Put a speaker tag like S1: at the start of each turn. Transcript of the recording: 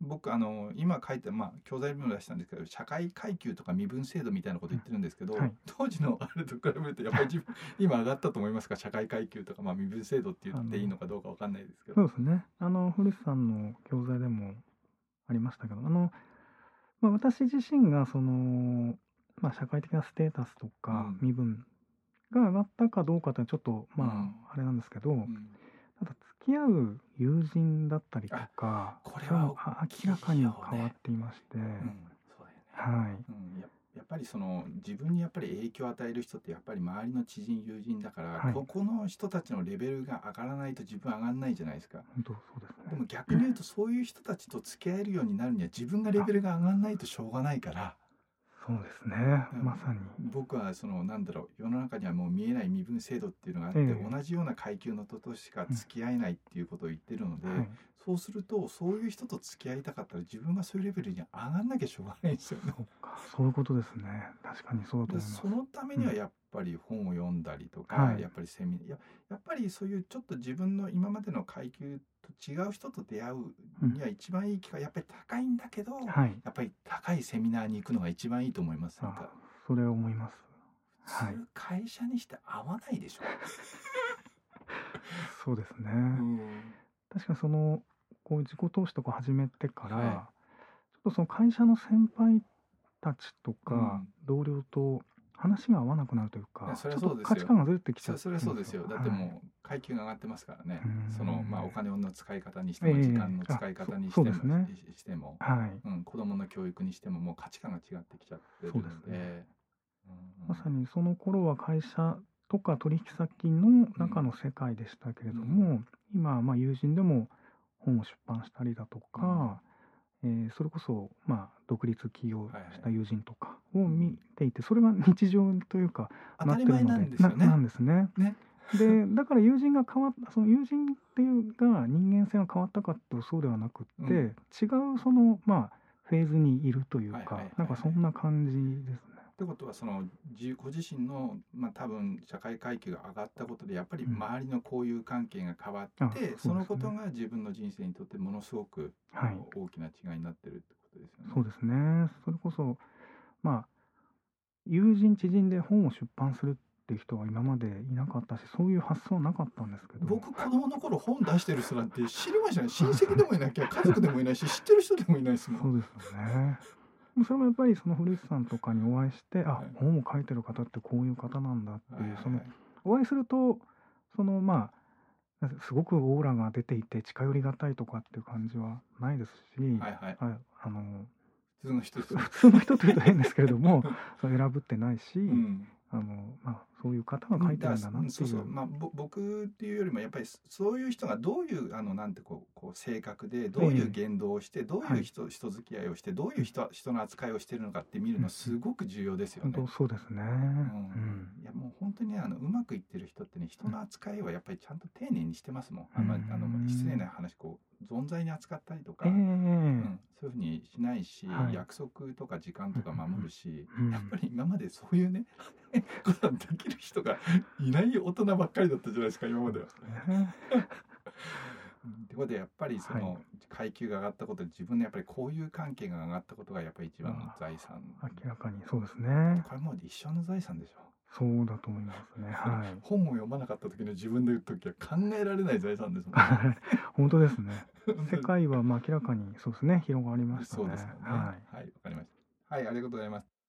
S1: 僕あの今書いてまあ教材文を出したんですけど社会階級とか身分制度みたいなこと言ってるんですけど、
S2: うんはい
S1: 当時のあれと比べるとやっぱり自分 今上がったと思いますか社会階級とか、まあ、身分制度って言っていいのかどうかわかんないですけ
S2: そ
S1: ど
S2: うですね。あの古瀬さんの教材でもありましたけど、あの、まあ、私自身がその、まあ、社会的なステータスとか
S1: うん
S2: 身分が上がったかどうかというのはちょっと
S1: う
S2: ま
S1: ん
S2: ああれなんですけど、
S1: うん
S2: ただ付き合う友人だったりとか、
S1: これ
S2: そういうの
S1: は
S2: が
S1: 大きい
S2: 明
S1: よ
S2: ら
S1: ね
S2: かに変わっていまして、
S1: うんそうだよね
S2: はい。
S1: うんややっぱりその自分にやっぱり影響を与える人ってやっぱり周りの知人友人だから、
S2: はい
S1: ここの人たちのレベルが上がらないと自分上がらないじゃないですか
S2: 本当そうです
S1: で
S2: ね。
S1: も逆に言うとそういう人たちと付き合えるようになるには自分がレベルが上がらないとしょうがないから
S2: そうですね。
S1: うん
S2: まさに。
S1: 僕はそのなんだろう世の中にはもう見えない身分制度っていうのがあって、
S2: ええ
S1: 同じような階級の人としか付き合えないっていうことを言ってるので、
S2: はい、
S1: そうするとそういう人と付き合いたかったら自分がそういうレベルに上がんなきゃしょうがないですよね。
S2: そうか、そういうことですね。確かにそうだと
S1: で
S2: 思います
S1: そ。のためにはやっぱり本を読んだりとか、
S2: はい
S1: やっぱりセミナーややっぱりそういうちょっと自分の今までの階級と違う人と出会うには一番いい機会、やっぱり高いんだけど、
S2: はい。
S1: やっぱり高いセミナーに行くのが一番いいと思いますなん
S2: あ
S1: か、
S2: それは思います。
S1: 普
S2: はい
S1: 通会社にして合わないでしょ、
S2: そうですね。
S1: うん
S2: 確かにそのこう自己投資とか始めてから、
S1: は
S2: ちょっとその会社の先輩たちとか、
S1: うん
S2: 同僚と話が合わなくなるという
S1: い
S2: か、
S1: やそれは
S2: ちょっ
S1: そう
S2: と
S1: ですよ
S2: 価値観がずれてきちゃ
S1: そうそれはそうですよだって
S2: はい
S1: もう階級が上がってますからね、
S2: うん
S1: そのまあお金の使い方にしても
S2: ええ
S1: 時間の使い方にしても、
S2: あそそうですね
S1: ししても、
S2: はい、
S1: うん、子供の教育にしてももう価値観が違ってきちゃってるので
S2: そうですね
S1: うん
S2: まさにその頃は会社とか取引先の中の世界でしたけれども、今はまあ友人でも本を出版したりだとか、えーそれこそまあ独立起業した友人とかを見ていて、それが日常というか
S1: 当たり前なんですよね
S2: ななんですね。
S1: ね
S2: でだから友人が変わったその友人っていうが人間性が変わったかっていうとそうではなくっ
S1: う
S2: て、
S1: ん
S2: 違うそのまあフェーズにいるというか、
S1: はいはいはいはい
S2: なんかそんな感じですね。
S1: ってことはその自ご自身の、まあ、多分社会階級が上がったことでやっぱり
S2: うん
S1: 周りの交友関係が変わって、
S2: あそうですね
S1: そのことが自分の人生にとってものすごく
S2: はい、
S1: 大きな違いになってるってことですよね。
S2: そうですね。それこそ、まあ、友人、知人で本を出版するっていう人は今までいなかったし、そういう発想はなかったんですけど、
S1: 僕子供の頃本出してる人なんて知りましたね親戚でもいなきゃ家族でもいないし知ってる人でもいないですも
S2: そ
S1: ん。
S2: うですよね。でもそれもやっぱりその古市さんとかにお会いして、あ
S1: はい、
S2: 本を書いてる方ってこういう方なんだって
S1: はい
S2: いう、
S1: はい
S2: そのお会いすると、そのまあ、すごくオーラが出ていて近寄りがたいとかっていう感じはないですし、
S1: はいはい、
S2: ああの
S1: 普通の人です。
S2: 普通の人というと変ですけれども その選ぶってないし、
S1: うん
S2: あのまあ、そういう方が書いてるんだなっていう。
S1: そうそうまあぼ僕っていうよりもやっぱりそそういう人がどういうあのなんてこうこう性格でどういう言動をして、どう
S2: は
S1: いう
S2: い
S1: 人人付き合いをしてどういう人人の扱いをしてるのかって見るのすごく重要ですよ
S2: 本
S1: ね。
S2: 当そうですね。う
S1: うん
S2: ん。
S1: いやもう本当にねあのうまくいってる人ってね人の扱いはやっぱりちゃんと丁寧にしてますもん。あんまりあの
S2: うん
S1: 失礼な話こう存在に扱ったりとか、
S2: ええ
S1: うんそういうふうにしないし、
S2: はい
S1: 約束とか時間とか守るし、
S2: うん
S1: やっぱり今までそういうね ことができる人がいない大人ばっかりだったじゃないですか今までは。
S2: ね
S1: うんってことでやっぱりその
S2: は
S1: 階級が上がったことで自分のやっぱり交友関係が上がったことがやっぱり一番の財産。
S2: 明らかにそうですね。
S1: これもう一生の財産でしょ。
S2: そうだと思いま すね。はい。
S1: 本を読まなかった時の自分で言う時は考えられない財産ですもん。
S2: 本当ですね。
S1: 本当
S2: 世
S1: に
S2: 界はまあ明らかにそうですね広がりましたね。
S1: そうですもんね。
S2: はい。
S1: はい、わかりました。はい、ありがとうございます。